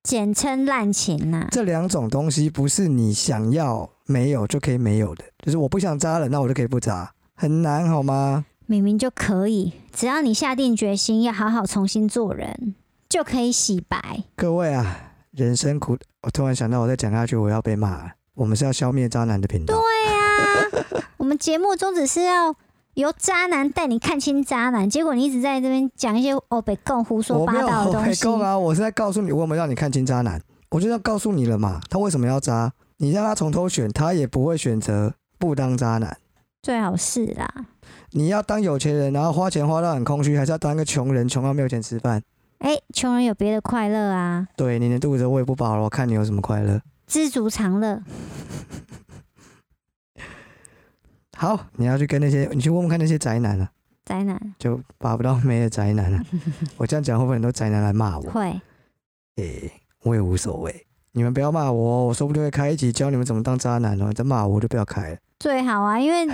Speaker 2: 简称滥情啊呐、
Speaker 1: 这两种东西不是你想要没有就可以没有的，就是我不想扎了，那我就可以不扎，很难好吗？
Speaker 2: 明明就可以，只要你下定决心要好好重新做人，就可以洗白。
Speaker 1: 各位啊，人生苦，我突然想到我再讲下去我要被骂了。我们是要消灭渣男的频道，
Speaker 2: 对呀、 我们节目宗旨是要由渣男带你看清渣男，结果你一直在这边讲一些哦北共胡说
Speaker 1: 我没
Speaker 2: 八
Speaker 1: 有
Speaker 2: 道的
Speaker 1: 我
Speaker 2: 东
Speaker 1: 没
Speaker 2: 西。
Speaker 1: 空啊，我是在告诉你，我有没有让你看清渣男？我就要告诉你了嘛，他为什么要渣？你让他从头选，他也不会选择不当渣男。
Speaker 2: 最好是啦，
Speaker 1: 你要当有钱人，然后花钱花到很空虚，还是要当个穷人，穷到没有钱吃饭？
Speaker 2: 哎、穷人有别的快乐啊，
Speaker 1: 对，你的肚子喂不饱了，我看你有什么快乐？
Speaker 2: 知足常乐。
Speaker 1: 好，你要去跟那些，你去问问看那些宅男啊，
Speaker 2: 宅男
Speaker 1: 就把不到妹的宅男啊。我这样讲会不会很多宅男来骂我？
Speaker 2: 会，
Speaker 1: 诶、我也无所谓，你们不要骂我哦，我说不定会开一集教你们怎么当渣男哦。你再骂我，我就不要开了。
Speaker 2: 最好啊， 因为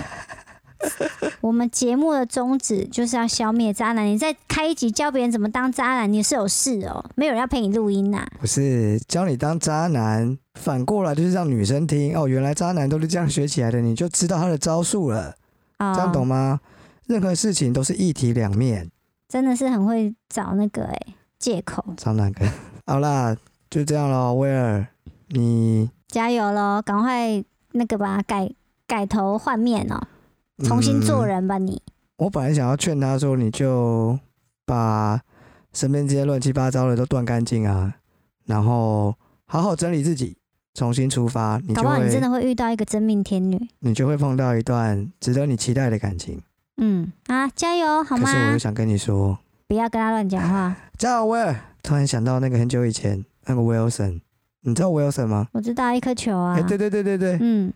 Speaker 2: 我们节目的宗旨就是要消灭渣男。你再开一集教别人怎么当渣男，你是有事哦，没有人要陪你录音呐、
Speaker 1: 不是教你当渣男，反过来就是让女生听哦，原来渣男都是这样学起来的，你就知道他的招数了，
Speaker 2: 哦，
Speaker 1: 这样懂吗？任何事情都是一体两面，
Speaker 2: 真的是很会找那个哎、借口，
Speaker 1: 超难跟。好啦，就这样咯，威尔，你
Speaker 2: 加油喽，赶快那个吧，改改头换面哦，重新做、
Speaker 1: 嗯
Speaker 2: 人吧你。
Speaker 1: 我本来想要劝他说，你就把身边这些乱七八糟的都断干净啊，然后好好整理自己，重新出发，你就
Speaker 2: 搞不好你
Speaker 1: 会
Speaker 2: 真的会遇到一个真命天女。
Speaker 1: 你就会碰到一段值得你期待的感情。
Speaker 2: 嗯啊，加油好
Speaker 1: 可
Speaker 2: 吗
Speaker 1: 是？我又想跟你说，
Speaker 2: 不要跟他乱讲话，
Speaker 1: 加油，威尔！突然想到那个很久以前那个 Wilson，你知道 Wilson 吗？
Speaker 2: 我知道一颗球啊。
Speaker 1: 哎、对对对对对，
Speaker 2: 嗯，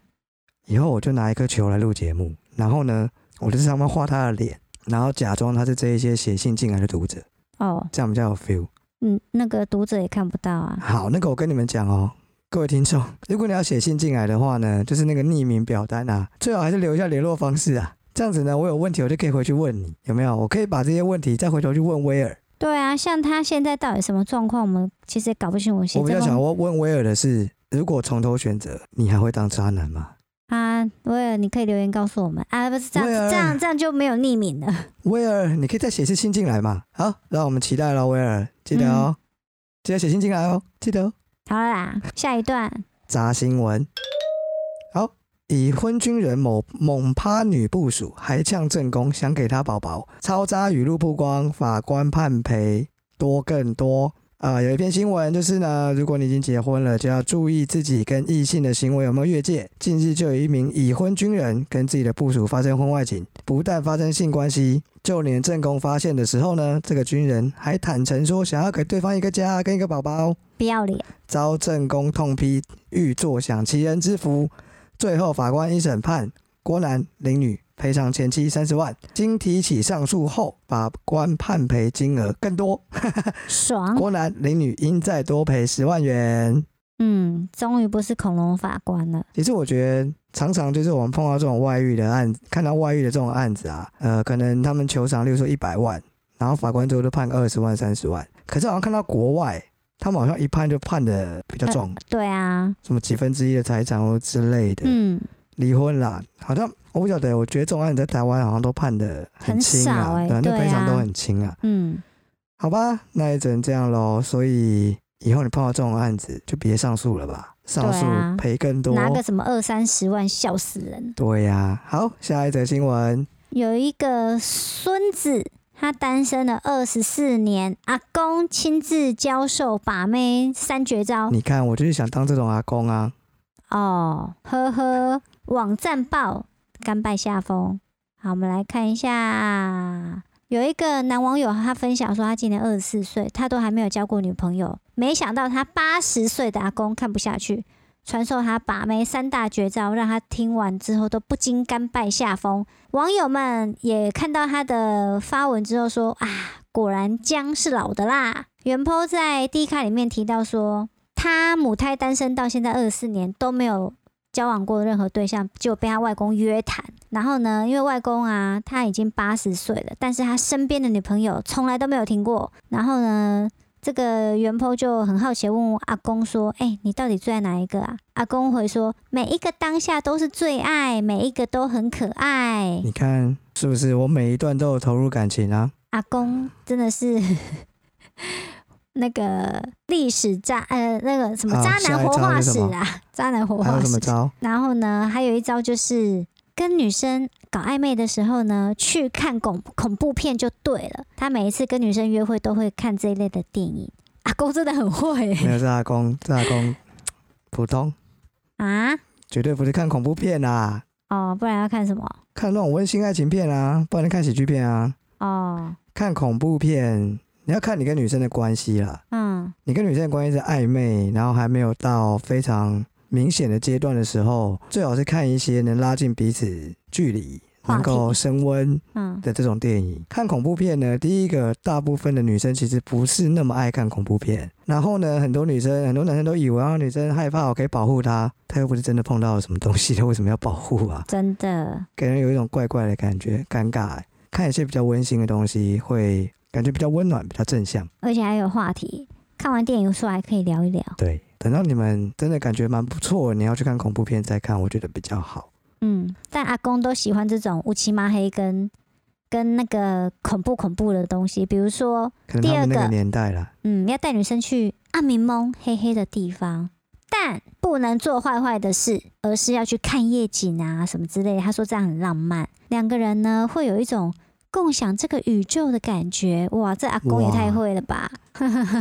Speaker 1: 以后我就拿一颗球来录节目，然后呢，我就在上面画他的脸，然后假装他是这一些写信进来的读者，
Speaker 2: 哦，
Speaker 1: 这样比较有 feel。
Speaker 2: 嗯，那个读者也看不到啊。
Speaker 1: 好，那个我跟你们讲哦，各位听众，如果你要写信进来的话呢，就是那个匿名表单啊，最好还是留一下联络方式啊。这样子呢，我有问题我就可以回去问你，有没有？我可以把这些问题再回头去问威尔。
Speaker 2: 对啊，像他现在到底什么状况，我们其实也搞不清楚。
Speaker 1: 我比较
Speaker 2: 这封
Speaker 1: 想问问威尔的是，如果从头选择，你还会当渣男吗？
Speaker 2: 啊，威尔，你可以留言告诉我们啊，不是这样
Speaker 1: 威
Speaker 2: 子，
Speaker 1: 尔
Speaker 2: 这样这样就没有匿名了。
Speaker 1: 威尔，你可以再写次信进来嘛？好，让我们期待了，威尔，记得哦，记得写信进来哦，记得哦。
Speaker 2: 好了啦，下一段
Speaker 1: 杂新闻。好，已婚军人某猛趴女部署，还呛正宫想给他宝宝，超渣语录曝光，法官判赔多更多。呃，有一篇新闻就是呢，如果你已经结婚了，就要注意自己跟异性的行为有没有越界。近日就有一名已婚军人跟自己的部署发生婚外情，不但发生性关系，就连正宫发现的时候呢，这个军人还坦诚说想要给对方一个家跟一个宝宝。
Speaker 2: 不要脸，
Speaker 1: 遭正宫痛批，欲坐享其人之福。最后法官一审判郭男林女赔偿前妻三十万，经提起上诉后，法官判赔金额更多，
Speaker 2: 爽。
Speaker 1: 郭男林女应再多赔十万元。
Speaker 2: 嗯，终于不是恐龙法官了。
Speaker 1: 其实我觉得，常常就是我们碰到这种外遇的案，看到外遇的这种案子啊，呃，可能他们求偿，例如说一百万，然后法官最后都判个二十万、三十万。可是好像看到国外，他们好像一判就判的比较重，
Speaker 2: 对啊，
Speaker 1: 什么几分之一的财产或之类的。
Speaker 2: 嗯，
Speaker 1: 离婚啦，好像我不晓得，我觉得这种案子在台湾好像都判的轻啊，
Speaker 2: 很少欸
Speaker 1: 对啊，
Speaker 2: 对
Speaker 1: 那
Speaker 2: 啊
Speaker 1: 赔偿都很轻啊。
Speaker 2: 嗯，
Speaker 1: 好吧，那也只能这样喽。所以以后你碰到这种案子，就别上诉了吧，上诉
Speaker 2: 对啊
Speaker 1: 赔更多。
Speaker 2: 拿个什么二三十万，笑死人。
Speaker 1: 对呀、好，下一则新闻，
Speaker 2: 有一个孙子，他单身了二十四年，阿公亲自教授把妹三绝招。
Speaker 1: 你看我就是想当这种阿公啊，
Speaker 2: 哦，呵呵，网站报甘拜下风。好，我们来看一下，有一个男网友他分享说，他今年二十四岁，他都还没有交过女朋友，没想到他八十岁的阿公看不下去，传授他把妹三大绝招，让他听完之后都不禁甘拜下风。网友们也看到他的发文之后说啊，果然姜是老的辣。原 po 在 D 卡里面提到说，他母胎单身到现在二十四年都没有交往过任何对象，就被他外公约谈。然后呢，因为外公啊他已经八十岁了，但是他身边的女朋友从来都没有停过。然后呢，这个袁坡就很好奇地问阿公说：“哎、你到底最爱哪一个啊？”阿公回说：“每一个当下都是最爱，每一个都很可爱。
Speaker 1: 你看是不是？我每一段都有投入感情啊，”
Speaker 2: 阿公真的是那个历史渣呃那个什么
Speaker 1: 啊
Speaker 2: 渣
Speaker 1: 下
Speaker 2: 男
Speaker 1: 一
Speaker 2: 活
Speaker 1: 招
Speaker 2: 化
Speaker 1: 是
Speaker 2: 石
Speaker 1: 什么
Speaker 2: 啊， 渣男活
Speaker 1: 还有
Speaker 2: 化
Speaker 1: 什
Speaker 2: 石
Speaker 1: 么。招？
Speaker 2: 然后呢，还有一招就是跟女生搞暧昧的时候呢，去看恐恐怖片就对了。他每一次跟女生约会都会看这一类的电影。阿公真的很会
Speaker 1: 没有这阿公，这阿公普通，
Speaker 2: 啊！
Speaker 1: 绝对不是看恐怖片啊，
Speaker 2: 哦，不然要看什么？
Speaker 1: 看那种温馨爱情片啊，不然看喜剧片啊。
Speaker 2: 哦，
Speaker 1: 看恐怖片，你要看你跟女生的关系啦。
Speaker 2: 嗯，
Speaker 1: 你跟女生的关系是暧昧，然后还没有到非常明显的阶段的时候，最好是看一些能拉近彼此距离、
Speaker 2: 话
Speaker 1: 能
Speaker 2: 题
Speaker 1: 够升温
Speaker 2: 嗯，
Speaker 1: 的这种电影。看恐怖片呢，第一个，大部分的女生其实不是那么爱看恐怖片。然后呢，很多女生、很多男生都以为啊，女生害怕，我可以保护她，她又不是真的碰到了什么东西，她为什么要保护啊？
Speaker 2: 真的，
Speaker 1: 给人有一种怪怪的感觉，尴尬欸。看一些比较温馨的东西，会感觉比较温暖，比较正向。
Speaker 2: 而且还有话题。看完电影出来可以聊一聊，
Speaker 1: 对，等到你们真的感觉蛮不错，你要去看恐怖片再看，我觉得比较好。
Speaker 2: 嗯，但阿公都喜欢这种乌漆嘛黑跟跟那个恐怖恐怖的东西，比如说，
Speaker 1: 可能他们
Speaker 2: 第
Speaker 1: 那
Speaker 2: 二
Speaker 1: 个
Speaker 2: 个
Speaker 1: 年代啦，
Speaker 2: 嗯，要带女生去暗明蒙黑黑的地方，但不能做坏坏的事，而是要去看夜景啊什么之类的。他说这样很浪漫，两个人呢会有一种共享这个宇宙的感觉。哇，这阿公也
Speaker 1: 哇
Speaker 2: 太会了吧！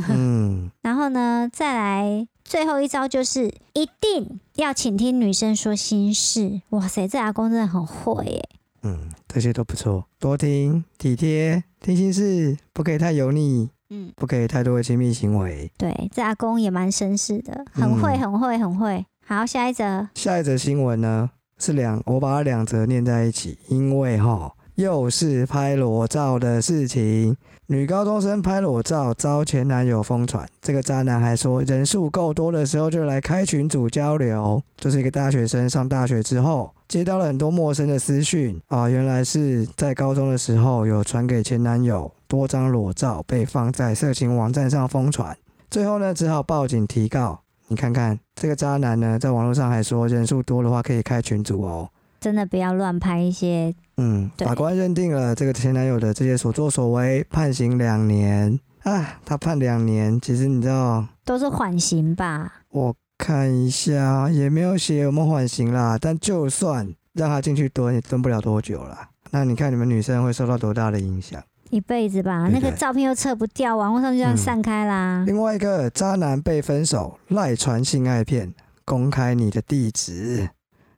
Speaker 1: 嗯，
Speaker 2: 然后呢，再来最后一招就是一定要倾听女生说心事。哇塞，这阿公真的很会耶！
Speaker 1: 嗯，这些都不错，多听、体贴、听心事，不可以太油腻，
Speaker 2: 嗯，
Speaker 1: 不可以太多的亲密行为。
Speaker 2: 对，这阿公也蛮绅士的，很会，
Speaker 1: 嗯
Speaker 2: 很会，很会。好，下一则，
Speaker 1: 下一则新闻呢是两，我把它两则念在一起，因为哈又是拍裸照的事情。女高中生拍裸照遭前男友疯传，这个渣男还说人数够多的时候就来开群组交流。就是一个大学生上大学之后，接到了很多陌生的私讯啊，原来是在高中的时候有传给前男友多张裸照被放在色情网站上疯传，最后呢只好报警提告。你看看这个渣男呢，在网络上还说人数多的话可以开群组哦。
Speaker 2: 真的不要乱拍一些。
Speaker 1: 嗯，
Speaker 2: 对
Speaker 1: 法官认定了这个前男友的这些所作所为，判刑两年。啊，他判两年，其实你知道，
Speaker 2: 都是缓刑吧？
Speaker 1: 我看一下也没有写有没有缓刑啦。但就算让他进去蹲，也蹲不了多久啦。那你看你们女生会受到多大的影响？
Speaker 2: 一辈子吧，
Speaker 1: 对
Speaker 2: 那
Speaker 1: 对
Speaker 2: 个照片又撤不掉，网络上就这样
Speaker 1: 嗯
Speaker 2: 散开啦。
Speaker 1: 另外一个渣男被分手，赖传性爱片，公开你的地址，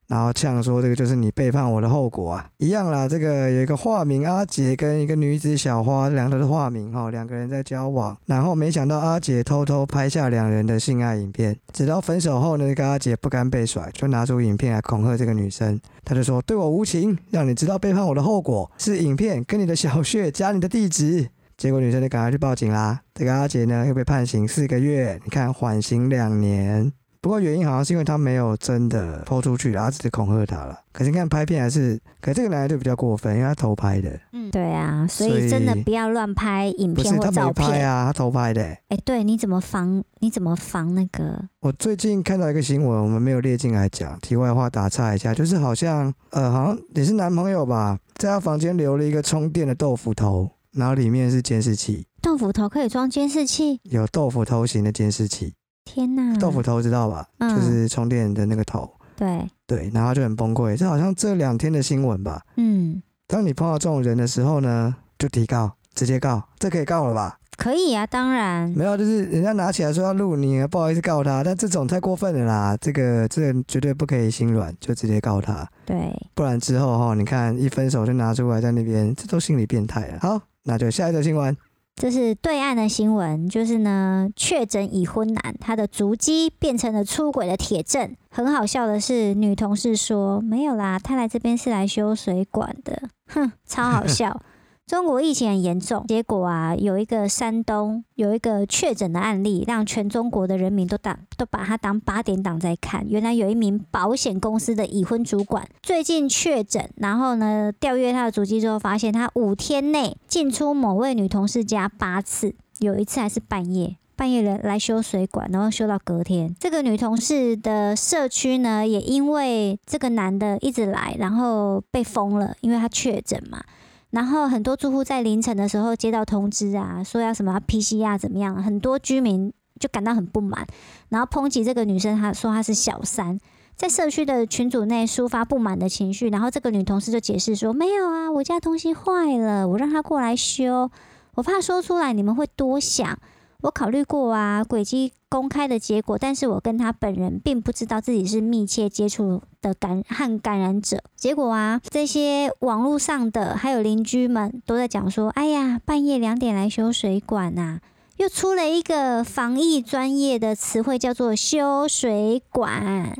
Speaker 1: 然后呛说这个就是你背叛我的后果啊，一样啦。这个有一个化名阿杰跟一个女子小花，两个都是化名哈，两个人在交往，然后没想到阿杰偷偷拍下两人的性爱影片，直到分手后呢，这个阿杰不甘被甩，就拿出影片来恐吓这个女生，他就说对我无情，让你知道背叛我的后果是影片跟你的小穴加你的地址。结果女生就赶快去报警啦。这个阿杰呢又被判刑四个月，你看缓刑两年。不过原因好像是因为他没有真的抛出去啦，他只是恐吓他了。可是你看拍片还是，可是这个男的就比较过分，因为他偷拍的，
Speaker 2: 嗯，对啊，所
Speaker 1: 所
Speaker 2: 以
Speaker 1: 以
Speaker 2: 真的不要乱拍影
Speaker 1: 不
Speaker 2: 片
Speaker 1: 是
Speaker 2: 或
Speaker 1: 他
Speaker 2: 照
Speaker 1: 没
Speaker 2: 片。
Speaker 1: 拍
Speaker 2: 哎、
Speaker 1: 啊，他偷拍的欸、
Speaker 2: 对，你怎么防？你怎么防那个？
Speaker 1: 我最近看到一个新闻，我们没有列进来讲。题外话打岔一下，就是好像呃，好像也是男朋友吧，在他房间留了一个充电的豆腐头，然后里面是监视器，
Speaker 2: 豆腐头可以装监视器？
Speaker 1: 有豆腐头型的监视器。
Speaker 2: 天哪！
Speaker 1: 豆腐头知道吧？
Speaker 2: 嗯
Speaker 1: 就是充电的那个头。
Speaker 2: 对，
Speaker 1: 对，然后他就很崩溃。这好像这两天的新闻吧。
Speaker 2: 嗯，
Speaker 1: 当你碰到这种人的时候呢，就提告，直接告，这可以告了吧？
Speaker 2: 可以啊，当然。
Speaker 1: 没有，就是人家拿起来说要录你，啊不好意思告他，但这种太过分了啦，这个这个绝对不可以心软，就直接告他，
Speaker 2: 对，
Speaker 1: 不然之后哈，你看一分手就拿出来在那边，这都心理变态了。好，那就下一则新闻。
Speaker 2: 这是对岸的新闻，就是呢，确诊已婚男，他的足迹变成了出轨的铁证。很好笑的是，女同事说没有啦，他来这边是来修水管的，哼，超好笑。中国疫情很严重，结果啊，有一个山东有一个确诊的案例，让全中国的人民都当都把他当八点档在看。原来有一名保险公司的已婚主管最近确诊，然后呢，调阅他的足迹之后，发现他五天内进出某位女同事家八次，有一次还是半夜。半夜来来修水管，然后修到隔天。这个女同事的社区呢，也因为这个男的一直来，然后被封了，因为他确诊嘛。然后很多住户在凌晨的时候接到通知啊，说要什么 PCR 怎么样，很多居民就感到很不满，然后抨击这个女生，她说她是小三，在社区的群组内抒发不满的情绪。然后这个女同事就解释说：“没有啊，我家东西坏了，我让她过来修，我怕说出来你们会多想。”我考虑过啊，轨迹公开的结果，但是我跟他本人并不知道自己是密切接触的感和感染者。结果啊，这些网络上的还有邻居们都在讲说，哎呀，半夜两点来修水管呐、又出了一个防疫专业的词汇，叫做“修水管”，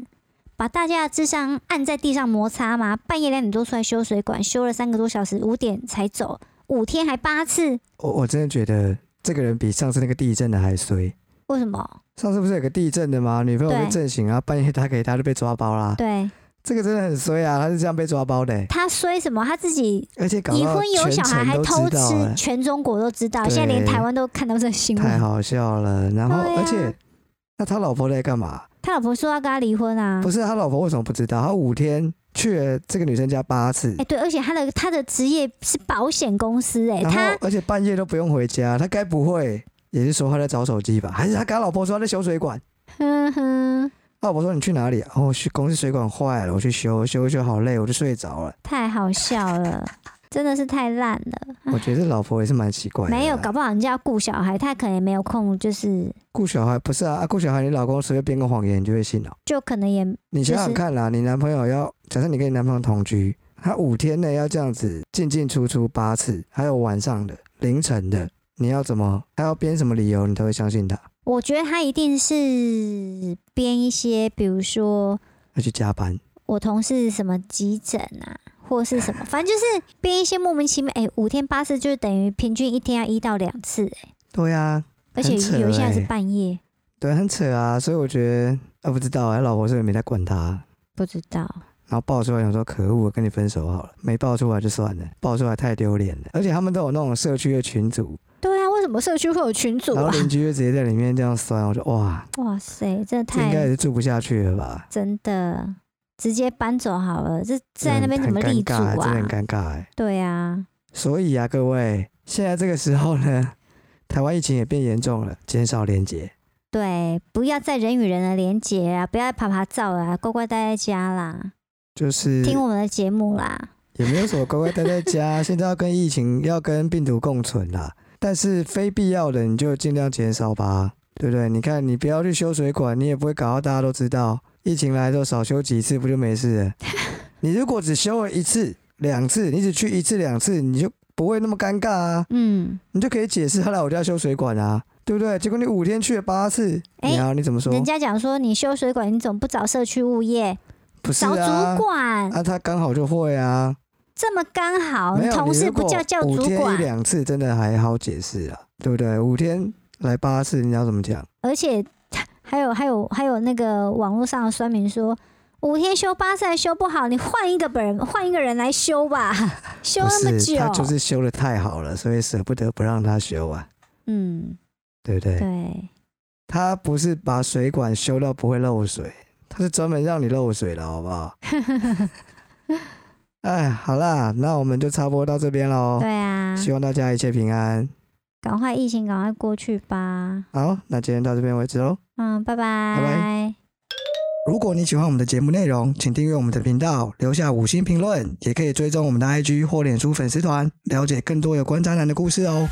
Speaker 2: 把大家的智商按在地上摩擦嘛。半夜两点多出来修水管，修了三个多小时，五点才走，五天还八次，
Speaker 1: 我我真的觉得这个人比上次那个地震的还衰。
Speaker 2: 为什么？
Speaker 1: 上次不是有个地震的吗？女朋友被
Speaker 2: 对
Speaker 1: 震醒，然后半夜打给他就被抓包啦。
Speaker 2: 对。
Speaker 1: 这个真的很衰啊，他是这样被抓包的欸、
Speaker 2: 他衰什么？他自己
Speaker 1: 而且搞
Speaker 2: 已
Speaker 1: 到
Speaker 2: 婚有
Speaker 1: 全
Speaker 2: 小孩
Speaker 1: 城
Speaker 2: 还
Speaker 1: 都
Speaker 2: 偷
Speaker 1: 知
Speaker 2: 吃
Speaker 1: 道、，欸，
Speaker 2: 全中国都知道，
Speaker 1: 对
Speaker 2: 现在连台湾都看到这个新
Speaker 1: 太
Speaker 2: 闻。
Speaker 1: 好笑了。然后，
Speaker 2: 对啊
Speaker 1: 而且那他老婆在干嘛？
Speaker 2: 他老婆说要跟他离婚啊
Speaker 1: 不。是他老婆为什么不知道？他五天去了这个女生家八次
Speaker 2: 哎、，对，而且他的他的职业是保险公司、哎，
Speaker 1: 然后
Speaker 2: 他
Speaker 1: 而且半夜都不用回家，他该不会也是说他在找手机吧？还是他跟他老婆说他在修水管？
Speaker 2: 哼嗯哼，
Speaker 1: 他老婆说你去哪里、啊？哦，我去公司水管坏了，我去修，修一修好累，我就睡着了。
Speaker 2: 太好笑了， 真的是太烂了。
Speaker 1: 我觉得这老婆也是蛮奇怪的啦。
Speaker 2: 没有，搞不好人家要顾小孩，他可能也没有空，就是
Speaker 1: 顾小孩不是啊，啊顾小孩，你老公随便编个谎言，你就会信了、哦
Speaker 2: 就可能也
Speaker 1: 你想
Speaker 2: 就
Speaker 1: 想
Speaker 2: 是
Speaker 1: 看啦，你男朋友要假设你跟你男朋友同居，他五天内要这样子进进出出八次，还有晚上的、凌晨的，你要怎么？他要编什么理由，你都会相信他？
Speaker 2: 我觉得他一定是编一些，比如说
Speaker 1: 要去加班，
Speaker 2: 我同事什么急诊啊，或是什么，反正就是编一些莫名其妙。哎、五天八次就是等于平均一天要一到两次、哎，
Speaker 1: 对啊，
Speaker 2: 而且
Speaker 1: 很扯
Speaker 2: 有一些还是
Speaker 1: 哎
Speaker 2: 半夜，
Speaker 1: 对，很扯啊。所以我觉得，啊，不知道啊，他老婆是不是没在管他？
Speaker 2: 不知道。
Speaker 1: 然后爆出来，想说可恶，我跟你分手好了，没爆出来就算了，爆出来太丢脸了。而且他们都有那种社区的群组，
Speaker 2: 对啊，为什么社区会有群组
Speaker 1: 然后
Speaker 2: 啊？
Speaker 1: 邻居就直接在里面这样酸，我就哇，
Speaker 2: 哇塞，真的
Speaker 1: 这应该也
Speaker 2: 太
Speaker 1: 是住不下去了吧？
Speaker 2: 真的，直接搬走好了。这在那边
Speaker 1: 嗯
Speaker 2: 怎么
Speaker 1: 很
Speaker 2: 立
Speaker 1: 尴
Speaker 2: 足
Speaker 1: 尬真的很
Speaker 2: 啊？
Speaker 1: 尴尬哎、
Speaker 2: 对啊，
Speaker 1: 所以啊，各位，现在这个时候呢，台湾疫情也变严重了，减少连接。
Speaker 2: 对，不要再人与人的连结啊，不要爬爬照啊，乖乖待在家啦，
Speaker 1: 就是
Speaker 2: 听我们的节目啦。
Speaker 1: 也没有什么乖乖待在家，现在要跟疫情要跟病毒共存啦。但是非必要的你就尽量减少吧，对不对？你看你不要去修水管，你也不会搞到大家都知道。疫情来的时候少修几次不就没事了？ 你如果只修了一次、两次，你只去一次、两次，你就不会那么尴尬啊，
Speaker 2: 嗯，
Speaker 1: 你就可以解释他来我家修水管啊， 对不对？结果你五天去了八次，
Speaker 2: 哎
Speaker 1: 你啊你怎么说？
Speaker 2: 人家讲说你修水管，你怎么不找社区物业、
Speaker 1: 不是
Speaker 2: 找
Speaker 1: 啊
Speaker 2: 主，管？
Speaker 1: 啊，他刚好就会啊，
Speaker 2: 这么刚好，
Speaker 1: 没
Speaker 2: 哦你
Speaker 1: 有
Speaker 2: 同事
Speaker 1: 如
Speaker 2: 不
Speaker 1: 果
Speaker 2: 叫叫
Speaker 1: 五
Speaker 2: 主
Speaker 1: 天一
Speaker 2: 管，
Speaker 1: 两次真的还好解释啊，对不对？五天来八次，你要怎么讲？
Speaker 2: 而且呃还有还有还有那个网络上的酸民说。五天修八次还修不好，你换一个本人，换一个人来修吧， 修
Speaker 1: 不
Speaker 2: 那么
Speaker 1: 是，
Speaker 2: 久
Speaker 1: 他，就是修的太好了，所以舍不得不让他修啊，
Speaker 2: 嗯，
Speaker 1: 对不对？
Speaker 2: 对，
Speaker 1: 他不是把水管修到不会漏水，他是专门让你漏水的，好不 好？哎，好啦，那我们就插播到这边喽。
Speaker 2: 对啊，
Speaker 1: 希望大家一切平安。
Speaker 2: 赶快疫情赶快过去吧，
Speaker 1: 好，那今天到这边为止喽。
Speaker 2: 嗯，拜拜，
Speaker 1: 拜如果你喜欢我们的节目内容，请订阅我们的频道，留下五星评论，也可以追踪我们的 IG 或脸书粉丝团，了解更多有关渣男的故事哦。